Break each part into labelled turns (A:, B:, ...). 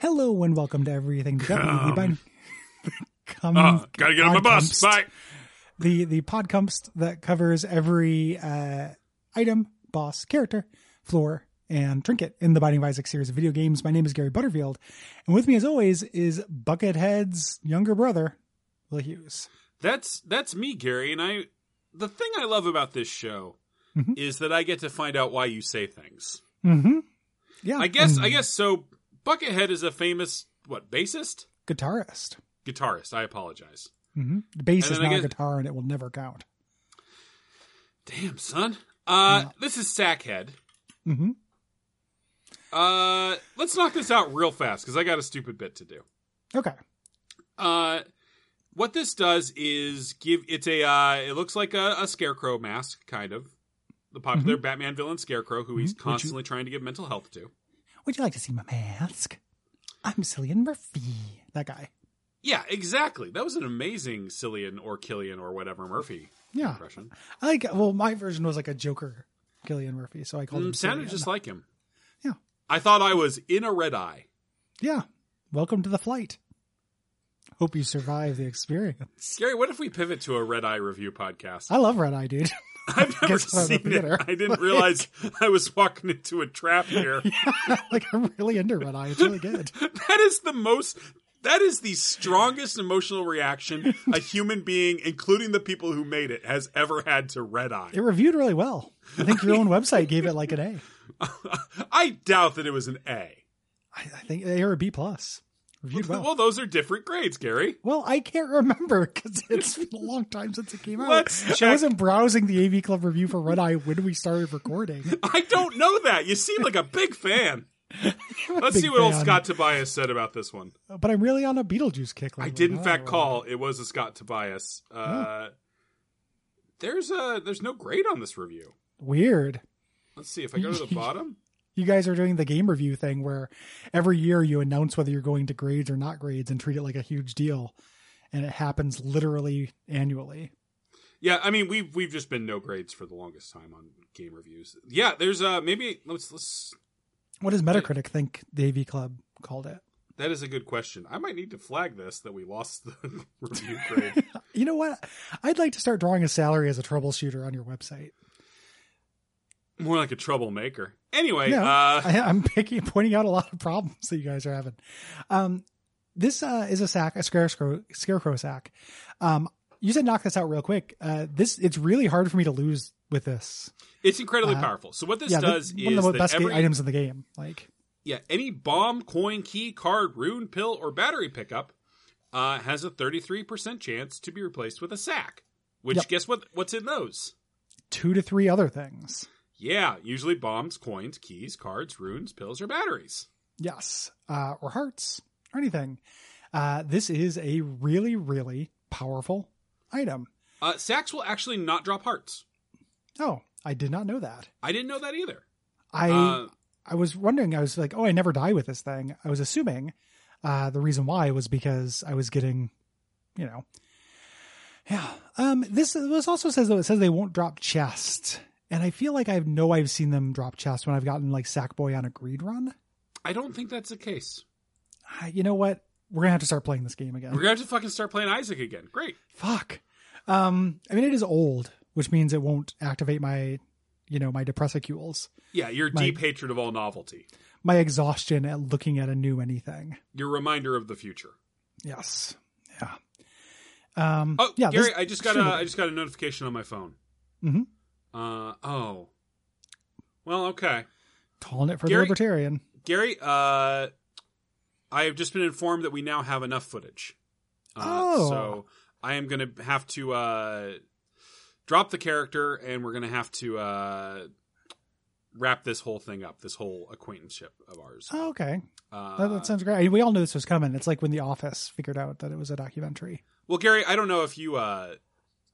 A: Hello and welcome to everything. The
B: Come.
A: Deputy, the Bun-
B: Oh, gotta get on the bus.
A: Podcast.
B: Bye.
A: the the podcast that covers every uh, item, boss, character, floor, and trinket in the Binding of Isaac series of video games. My name is Gary Butterfield, and with me, as always, is Buckethead's younger brother, Will Hughes.
B: That's that's me, Gary, and I. The thing I love about this show
A: Mhm.
B: is that I get to find out why you say things.
A: Mm-hmm. Yeah,
B: I guess.
A: and
B: I guess so. Buckethead is a famous what bassist,
A: guitarist.
B: guitarist. I apologize.
A: Mm-hmm. Bass
B: And
A: is
B: then I
A: not a
B: guess-
A: guitar, and it will never count.
B: Damn son. Uh, this is Sackhead.
A: Mm-hmm.
B: Uh, let's knock this out real fast because I got a stupid bit to do.
A: Okay.
B: Uh, what this does is give it's a uh, it looks like a, a scarecrow mask, kind of the popular Batman villain Scarecrow, who he's
A: Mhm. Mm-hmm. Would you-
B: constantly trying to give mental health to.
A: Would you like to see my mask? I'm Cillian Murphy. That guy.
B: Yeah, exactly. That was an amazing Cillian or Killian or whatever Murphy
A: Yeah.
B: impression.
A: I like. Well, my version was like a Joker, Cillian Murphy. So I called him.
B: Mm, sounded
A: Cillian.
B: just like him.
A: Yeah.
B: I thought I was in a red eye.
A: Yeah. Welcome to the flight. Hope you survive the experience.
B: Gary, what if we pivot to a red eye review podcast?
A: I love Red Eye Dude.
B: I've never
A: guess I'm at the
B: seen it.
A: theater.
B: I didn't realize I was walking into a trap here.
A: like I'm really into Red Eye. It's really good.
B: That is the most. That is the strongest emotional reaction a human being, including the people who made it, has ever had to Red Eye.
A: It reviewed really well. I think your own website gave it like an A.
B: I doubt that it was an A.
A: I, I think A or a B plus. Reviewed
B: Well,
A: well.
B: those are different grades, Gary.
A: Well, I can't remember because it's been a long time since it came out.
B: Let's
A: I
B: check.
A: wasn't browsing the AV Club review for Red Eye when we started recording.
B: I don't know that. You seem like a big fan. Let's
A: Big
B: see what old
A: fan.
B: Scott Tobias said about this one.
A: But I'm really on a Beetlejuice kick.
B: I
A: lately.
B: did, in
A: Now
B: fact,
A: that Oh, I
B: call. It was a Scott Tobias. Uh, there's a there's no grade on this review.
A: remember. Weird.
B: Let's see if I go to the bottom.
A: You guys are doing the game review thing where every year you announce whether you're going to grades or not grades and treat it like a huge deal. And it happens literally annually.
B: Yeah, I mean we've we've just been no grades for the longest time on game reviews. Yeah, there's uh maybe let's let's
A: What does Metacritic think the AV Club called it?
B: that is a good question. I might need to flag this that we lost the review grade.
A: You know what? I'd like to start drawing a salary as a troubleshooter on your website.
B: More like a troublemaker. Anyway,
A: Yeah.
B: uh
A: I, I'm picking, pointing out a lot of problems that you guys are having. Um, this uh, is a sack, a scarecrow, scarecrow sack. Um, you said knock this out real quick. Uh, this it's really hard for me to lose with this.
B: it's incredibly
A: uh,
B: powerful. So what this
A: yeah,
B: does
A: one
B: is
A: of the
B: that
A: best ga-
B: every
A: items in the game. Like
B: yeah, any bomb, coin, key, card, rune, pill, or battery pickup uh has a 33% chance to be replaced with a sack. Which
A: Yep.
B: guess what what's in those?
A: two to three other things.
B: Yeah, usually bombs, coins, keys, cards, runes, pills, or batteries.
A: Yes, uh, or hearts or anything. Uh, this is a really, really powerful item.
B: Uh, sacks will actually not drop hearts.
A: Oh, I did not know that.
B: I didn't know that either.
A: I
B: uh,
A: I was wondering. I was like, oh, I never die with this thing. I was assuming uh, the reason why was because I was getting, you know, yeah. Um, this this also says though it says they won't drop chest, and I feel like I know I've seen them drop chest when I've gotten like Sackboy on a greed run.
B: I don't think that's the case.
A: Uh, you know what? We're gonna have to start playing this game again.
B: We're gonna have to fucking start playing Isaac again. Great.
A: Fuck. Um, I mean, it is old, which means it won't activate my, you know, my depressicules,
B: Yeah, your
A: My-
B: deep hatred of all novelty.
A: my exhaustion at looking at a new anything.
B: Your reminder of the future.
A: Yes. Yeah. Um,
B: Oh,
A: yeah.
B: Gary,
A: this-
B: I just got a
A: sure.
B: I just got a notification on my phone.
A: Mhm.
B: Uh oh. Well, okay,
A: calling it for
B: Gary-
A: the libertarian.
B: Gary. Uh, I have just been informed that we now have enough footage. Uh,
A: Oh.
B: So I am gonna have to uh, drop the character, and we're gonna have to uh, wrap this whole thing up. This whole acquaintanceship of ours.
A: Oh, okay.
B: Uh,
A: That, that sounds great. We all knew this was coming. It's like when The Office figured out that it was a documentary.
B: well, Gary, I don't know if you uh,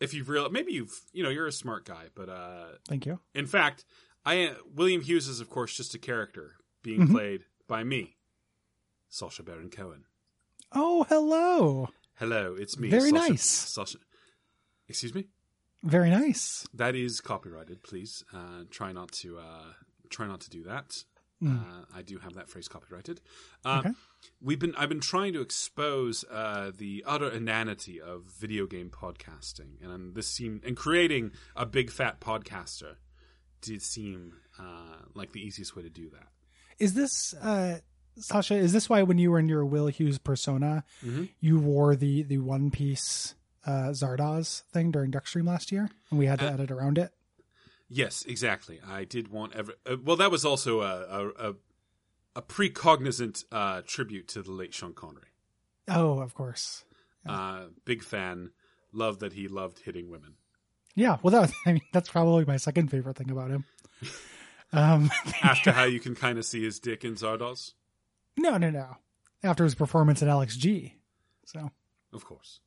B: if you've real maybe you've you know you're a smart guy, but uh,
A: Thank you.
B: in fact, I uh, William Hughes is of course just a character being
A: Mhm.
B: played by me, Sacha Baron Cohen.
A: Oh, hello.
B: Hello, it's me.
A: Very
B: Sacha-
A: nice.
B: Sacha. Excuse me.
A: Very nice.
B: That is copyrighted. Please uh, try not to uh, try not to do that.
A: Mm.
B: Uh, I do have that phrase copyrighted. Um,
A: Okay.
B: We've been I've been trying to expose uh, the utter inanity of video game podcasting, and um, this seemed and creating a big fat podcaster did seem uh, like the easiest way to do that.
A: Is this uh Sasha, is this why when you were in your Will Hughes persona,
B: Mhm.
A: you wore the the one piece uh Zardoz thing during Duckstream last year and we had to
B: Uh,
A: edit around it?
B: Yes, exactly. I did want every. Uh, well, that was also a a, a, a precognizant uh, tribute to the late Sean Connery.
A: Oh, of course.
B: Uh, big fan. Loved that he loved hitting women.
A: Yeah, well that I mean that's probably my second favorite thing about him. Um
B: After how you can kind of see his dick in Zardoz,
A: no, no, no. After his performance at Alex G. So,
B: of course.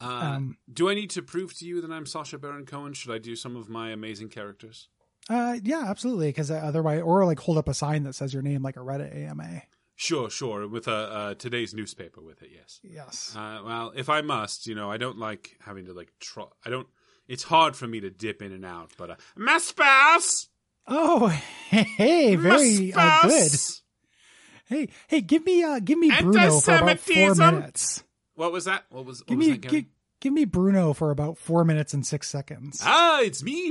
B: Uh,
A: um
B: do I need to prove to you that I'm Sasha Baron Cohen? Should I do some of my amazing characters?
A: uh yeah, absolutely cuz otherwise or like hold up a sign that says your name like a Reddit AMA.
B: Sure, sure. With uh, uh, today's newspaper with it, yes.
A: Yes.
B: Uh, well, if I must, you know, I don't like having to like. Tr- I don't. It's hard for me to dip in and out, but uh, my spouse,
A: Oh, hey,
B: my
A: very uh, good.
B: spouse!
A: Hey, hey, give me, uh, give me Bruno for about four
B: Anti-Semitism.
A: minutes.
B: What was that? What was? What
A: Give
B: was
A: me,
B: that, Gary?
A: give, give me Bruno for about four minutes and six seconds.
B: Ah, it's me,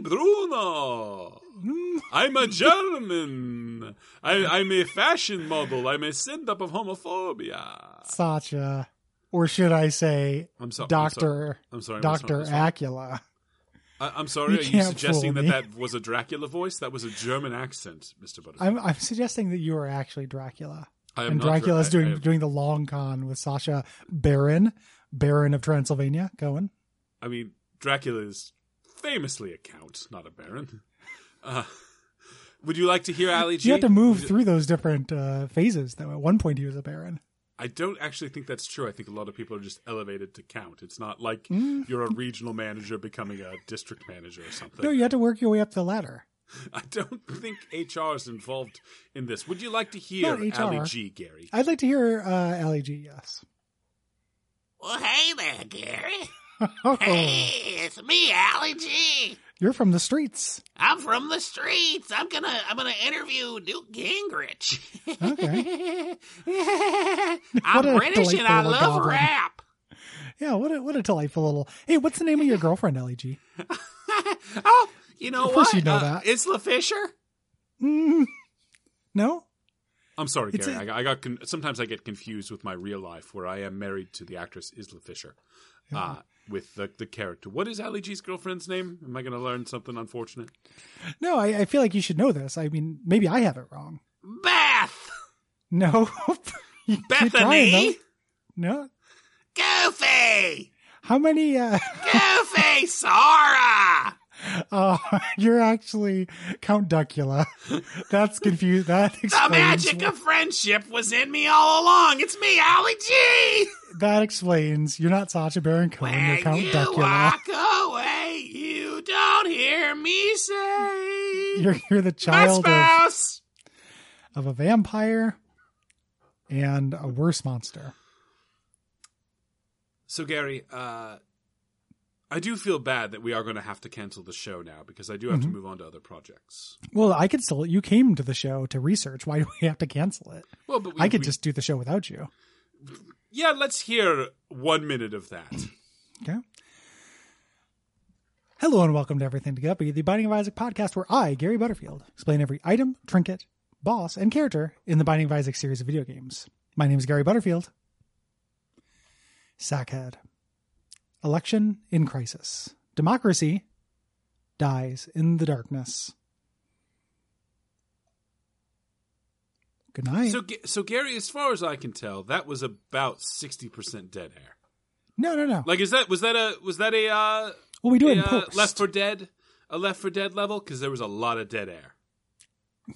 B: Bruno.
A: Mm,
B: I'm a German. I, I'm a fashion model. I'm a send up of homophobia.
A: Sacha, or should I say,
B: I'm sorry,
A: Doctor,
B: I'm sorry, I'm sorry,
A: Doctor
B: I'm sorry.
A: Acula?
B: I, I'm sorry.
A: You
B: Are you
A: can't
B: suggesting
A: fool
B: that
A: me.
B: that was a Dracula voice? That was a German accent, Mister Butterfield.
A: I'm, I'm suggesting that you are actually Dracula,
B: I am
A: and
B: not Dra-
A: Dracula's
B: I- I
A: doing
B: am-
A: doing the long con with Sasha Baron, Baron of Transylvania. Cohen.
B: I mean, Dracula is famously a count, not a baron. Uh, would you like to hear Ali G?
A: You have to move through those different uh, phases, though. At one point, he was a Baron.
B: I don't actually think that's true. I think a lot of people are just elevated to count. It's not like
A: Mm.
B: you're a regional manager becoming a district manager or something.
A: No, you had to work your way up the ladder.
B: I don't think HR is involved in this. Would you like to hear
A: Not
B: Ali
A: HR.
B: G, Gary?
A: I'd like to hear uh, Ali G. Yes.
C: Well, hey there, Gary.
A: Oh,
C: Hey, it's me, Allie G.
A: you're from the streets.
C: I'm from the streets. I'm gonna, I'm gonna interview Newt Gingrich.
A: Okay. What a
C: I'm British and
A: delightful
C: I
A: little
C: love
A: goblin.
C: rap.
A: Yeah, what a what a delightful little. Hey, what's the name of your girlfriend, Ellie G?
C: oh, you know
A: Of
C: what? Uh,
A: course you know that.
C: Isla Fisher.
A: Mm, no,
B: I'm sorry,
A: It's
B: Gary. I I got con- sometimes I get confused with my real life, where I am married to the actress Isla Fisher, uh, with the the character. What is Ali G's girlfriend's name? Am I going to learn something unfortunate?
A: no. I, I feel like you should know this. I mean, maybe I have it wrong.
C: Beth.
A: No, You keep
C: Bethany.
A: though. no,
C: Goofy.
A: how many? Uh,
C: Goofy. Sora.
A: uh, you're actually Count Duckula. That's confused. That
C: The
A: explains.
C: magic of friendship was in me all along. It's me, Allie G.
A: that explains. You're not Sacha Baron Cohen.
C: When
A: you're Count
C: you
A: Duckula.
C: walk away, you don't hear me say,
A: You're you're the
C: "My
A: child of
C: spouse."
A: of a vampire and a worse monster.
B: So, Gary, uh, I do feel bad that we are going to have to cancel the show now because I do have
A: Mhm.
B: to move on to other projects.
A: Well, I could still. You came to the show to research. Why do we have to cancel it?
B: Well, but we,
A: I could
B: we-
A: just do the show without you.
B: yeah. Let's hear one minute of that.
A: Okay. Hello and welcome to Everything to Guppy, the Binding of Isaac podcast, where I, Gary Butterfield, explain every item, trinket, boss, and character in the Binding of Isaac series of video games. My name is Gary Butterfield. Sackhead. Election in crisis. Democracy dies in the darkness. Good night.
B: So, Ga- so Gary, as far as I can tell, that was about sixty percent dead air.
A: no, no, no.
B: Like, is that was that a was that a uh,
A: Well, we do it in
B: a, uh,
A: post.
B: Left for Dead, a Left for Dead level? Because there was a lot of dead air.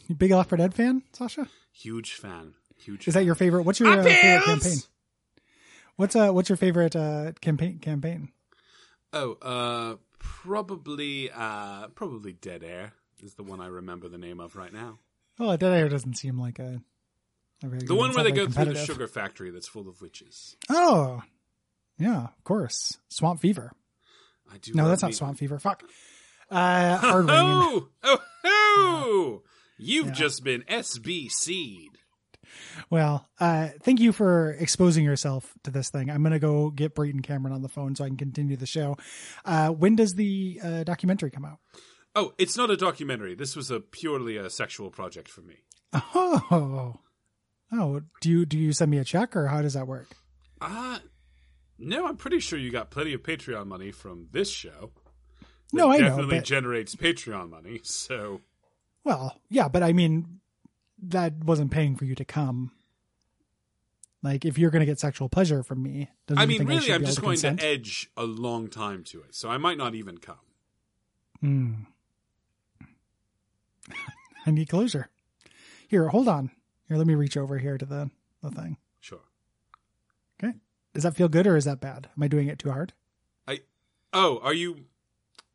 A: You big Left 4 Dead fan, Sasha?
B: Huge fan. Huge.
A: Is that
B: fan.
A: your favorite? What's your
C: My
A: uh, favorite
C: pills!
A: campaign? What's uh what's your favorite uh campaign campaign?
B: Oh, uh, probably, uh, probably Dead Air is the one I remember the name of right now.
A: Oh, Dead Air doesn't seem like a, a very
B: The
A: good
B: one
A: It's
B: where
A: not
B: they
A: very
B: go through the
A: competitive.
B: sugar factory that's full of witches.
A: Oh, yeah, of course. Swamp Fever.
B: I do.
A: No,
B: love
A: that's not
B: me-
A: Swamp Fever. Fuck. Uh, Hard Rain.
B: Oh, oh, oh! You've
A: Yeah.
B: just been SBC'd.
A: Well, uh, thank you for exposing yourself to this thing. I'm going to go get Brayton Cameron on the phone so I can continue the show. Uh, when does the uh, documentary come out?
B: Oh, it's not a documentary. This was a purely a sexual project for me.
A: Oh, oh, do you do you send me a check or how does that work?
B: Uh no, I'm pretty sure you got plenty of Patreon money from this show.
A: No,
B: That
A: I know,
B: definitely
A: but-
B: generates Patreon money. So
A: Well, yeah, but I mean, that wasn't paying for you to come. Like, if you're going to get sexual pleasure from me, doesn't
B: I mean,
A: think I should
B: really,
A: be
B: I'm
A: able
B: just
A: to
B: going
A: consent?
B: to edge a long time to it, so I might not even come.
A: Hmm. I need closure. Here, hold on. Here, let me reach over here to the the thing.
B: Sure.
A: Does that feel good or is that bad? Am I doing it too hard?
B: Oh, are you?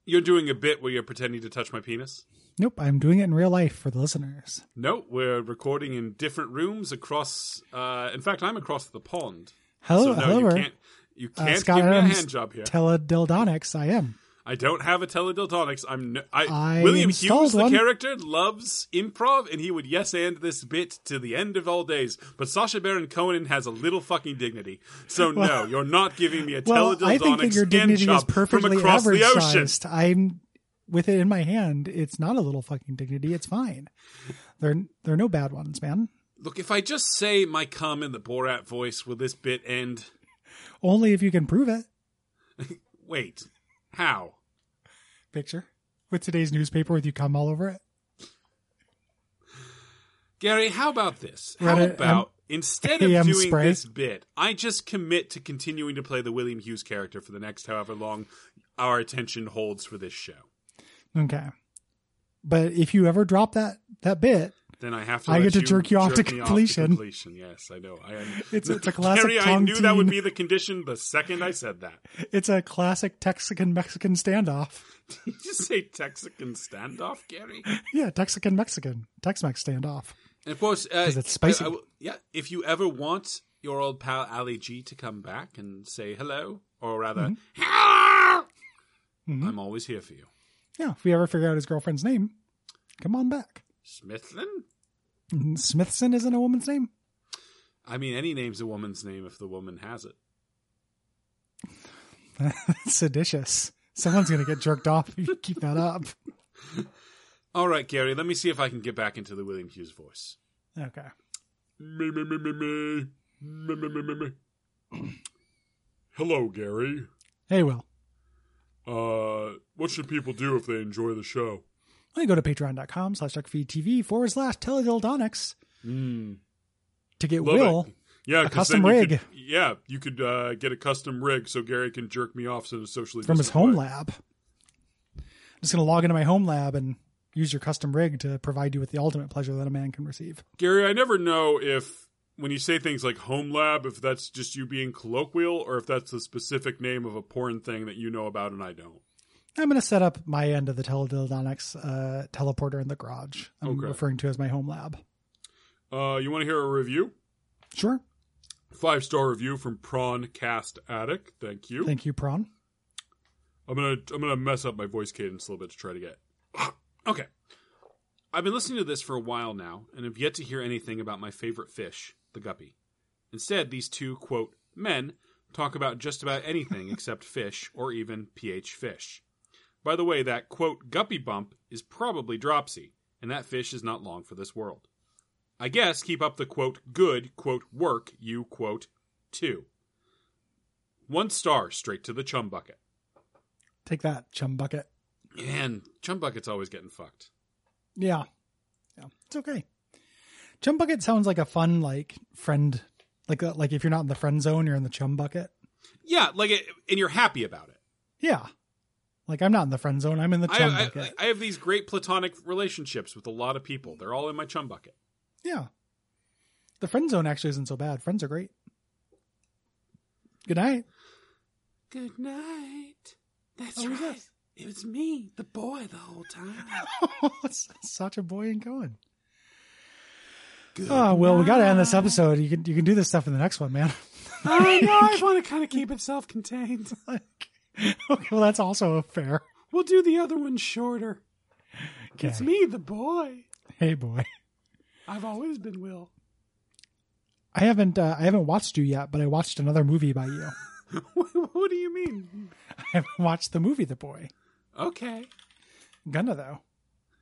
B: You're doing a bit where you're pretending to touch my penis?
A: Nope, I'm doing it in real life for the listeners.
B: No, we're recording in different rooms across. Uh, in fact, I'm across the pond.
A: Oh, Hello,
B: so no, you
A: however,
B: can't. You can't
A: Scott
B: give me a
A: Adams
B: hand job here.
A: teledildonics, I am.
B: I don't have a teledildonics. I'm no, I,
A: I
B: William
A: installed
B: Hughes, the
A: one.
B: character, loves improv, and he would yes and this bit to the end of all days. But Sasha Baron Cohen has a little fucking dignity, so no, you're not giving me a
A: Well,
B: teledildonics
A: I think that your
B: hand
A: dignity is
B: job from
A: perfectly
B: across
A: average
B: the ocean.
A: sized. I'm with it in my hand. It's not a little fucking dignity. It's fine. There, there are no bad ones, man.
B: Look, if I just say my cum in the Borat voice, will this bit end?
A: Only if you can prove it.
B: Wait, how?
A: Picture with today's newspaper with you come all over it.
B: Gary, how about this? How
A: Reddit, um,
B: about instead of
A: AM
B: doing
A: spray?
B: this bit, I just commit to continuing to play the William Hughes character for the next however long our attention holds for this show.
A: Okay. But if you ever drop that that bit,
B: Then I have to.
A: I get
B: let
A: to jerk you off to
B: me
A: completion.
B: completion. Yes, I know. I am.
A: It's- it's a classic
B: Gary, I
A: tongue
B: knew that would
A: teen.
B: be the condition the second I said that.
A: it's a classic Texican Mexican standoff.
B: Did you say Texican standoff, Gary?
A: Yeah, Texican Mexican, Tex-Mex standoff.
B: And of course, uh,
A: 'Cause it's spicy.
B: I- I will- yeah, if you ever want your old pal Ali G to come back and say hello, or rather,
A: Mm-hmm.
B: "Hello,"
A: Mhm.
B: I'm always here for you.
A: Yeah, if we ever figure out his girlfriend's name, come on back.
B: Smithland?
A: Mhm, Smithson isn't a woman's name.
B: I mean, any name's a woman's name if the woman has it.
A: Seditious. Someone's gonna get jerked off if you keep that up.
B: All right, Gary, let me see if I can get back into the William Hughes voice.
A: Okay.
B: Me, me, me, me, me. Me, me, me, me, me. Hello, Gary.
A: Hey, Will.
B: Uh, what should people do if they enjoy the show?
A: Let me go to patreon.com slash duckfeedtv forward slash teledildonics
B: Mm,
A: to get
B: love
A: Will.
B: it. Yeah, 'cause then
A: custom
B: you
A: rig.
B: could- yeah, you could uh, get a custom rig so Gary can jerk me off in a socially
A: from his
B: distant
A: home
B: way.
A: lab. I'm just gonna log into my home lab and use your custom rig to provide you with the ultimate pleasure that a man can receive.
B: Gary, I never know if when you say things like home lab, if that's just you being colloquial or if that's the specific name of a porn thing that you know about and I don't.
A: I'm gonna set up my end of the teledildonics uh, teleporter in the garage. I'm
B: Okay.
A: referring to as my home lab.
B: Uh, you want to hear a review?
A: Sure.
B: Five star review from Prawn Cast Attic. Thank you.
A: Thank you, Prawn.
B: I'm gonna I'm gonna mess up my voice cadence a little bit to try to get. okay, I've been listening to this for a while now, and have yet to hear anything about my favorite fish, the guppy. Instead, these two quote men talk about just about anything except fish or even pH fish. By the way, that quote guppy bump is probably dropsy, and that fish is not long for this world. I guess keep up the quote good quote work you quote two. One star straight to the chum bucket.
A: Take that, chum bucket.
B: Man, Chum Bucket's always getting fucked.
A: Yeah. Yeah. It's okay. Chum bucket sounds like a fun like friend like uh, like if you're not in the friend zone, you're in the chum bucket.
B: Yeah, like, it, and you're happy about it.
A: Yeah. Like I'm not in the friend zone, I'm in the chum
B: I,
A: bucket.
B: I, I have these great platonic relationships with a lot of people. They're all in my Chum Bucket.
A: Yeah. The friend zone actually isn't so bad. Friends are great. Good night.
B: Good night. That's
A: Oh, who's right. this?
B: It was me, the boy, the whole time.
A: Such a boy and going.
B: Good
A: Oh well, we got to end this episode. You can you can do this stuff in the next one, man.
B: I know. I want to kind of keep it self-contained.
A: okay, well that's also fair.
B: We'll do the other one shorter.
A: Okay.
B: me, the boy.
A: Hey boy.
B: I've always been Will.
A: I haven't uh, I haven't watched you yet, but I watched another movie by you.
B: what do you mean?
A: I haven't watched the movie The Boy.
B: Okay.
A: Gonna though.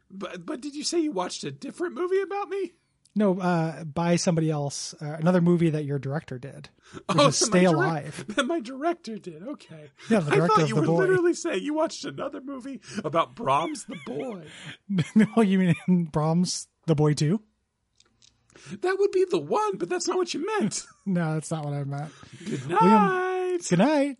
B: But but did you say you watched a different movie about me?
A: No, uh, by somebody else. Uh, another movie that your director did. Which is
B: so Oh, my
A: Stay
B: direct-
A: Alive.
B: That my director did. Okay.
A: Yeah, the
B: I
A: director
B: thought
A: of
B: you
A: The
B: were
A: Boy.
B: literally saying you watched another movie about Brahms the Boy.
A: no, you mean in Brahms The Boy too?
B: That would be the one, but that's not what you meant.
A: No, that's not what I meant.
B: Good night.
A: Good night.